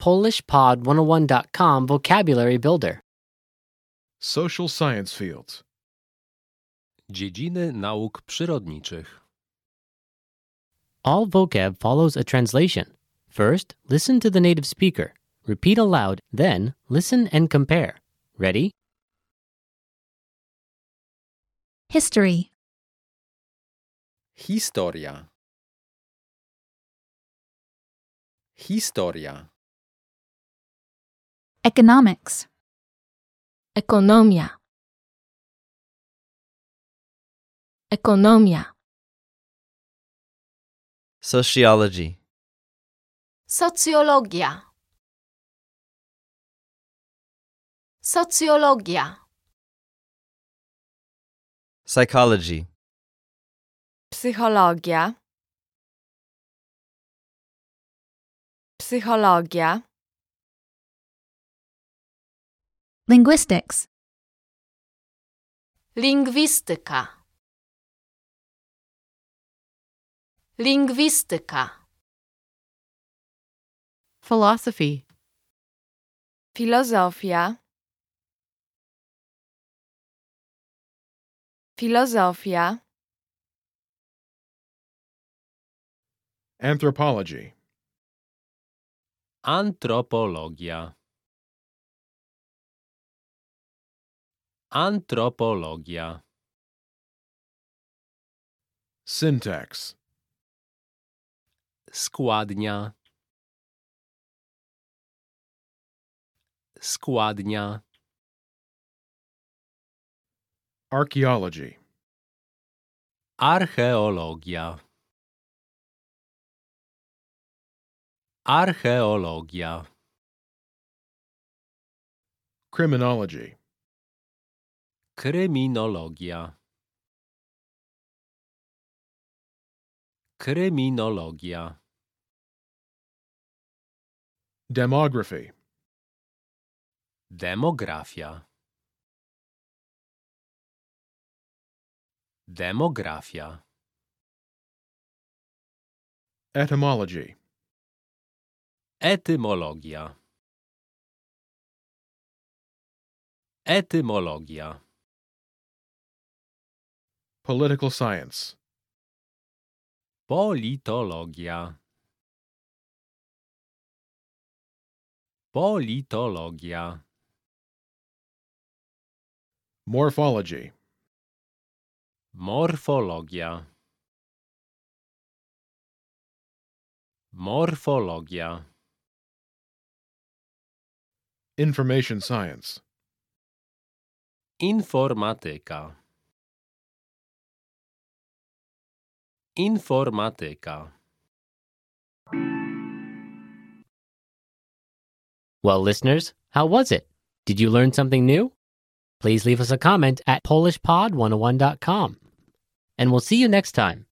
PolishPod101.com Vocabulary Builder. Social science fields. Dziedziny nauk przyrodniczych. All vocab follows a translation. First, listen to the native speaker. Repeat aloud, then, listen and compare. Ready? History, Historia. Historia. economics, Ekonomia. Ekonomia. Sociology. Socjologia. Socjologia. Psychology. Psychologia. Psychologia. linguistics, Lingwistyka. Lingwistyka. philosophy, Filozofia. Filozofia. Anthropology. Antropologia. Antropologia. Syntax. Składnia. Składnia. Archaeology. Archeologia. Archeologia. Criminology. Kryminologia. Kryminologia. Demography. Demografia. Demografia. Etymology. Etymologia. Etymologia. Political science. Politologia. Politologia. Morphology. Morfologia. Morfologia. Information science. Informatyka. Informatyka. Well, listeners, how was it? Did you learn something new? oh Please leave us a comment at PolishPod101.com. And we'll see you next time.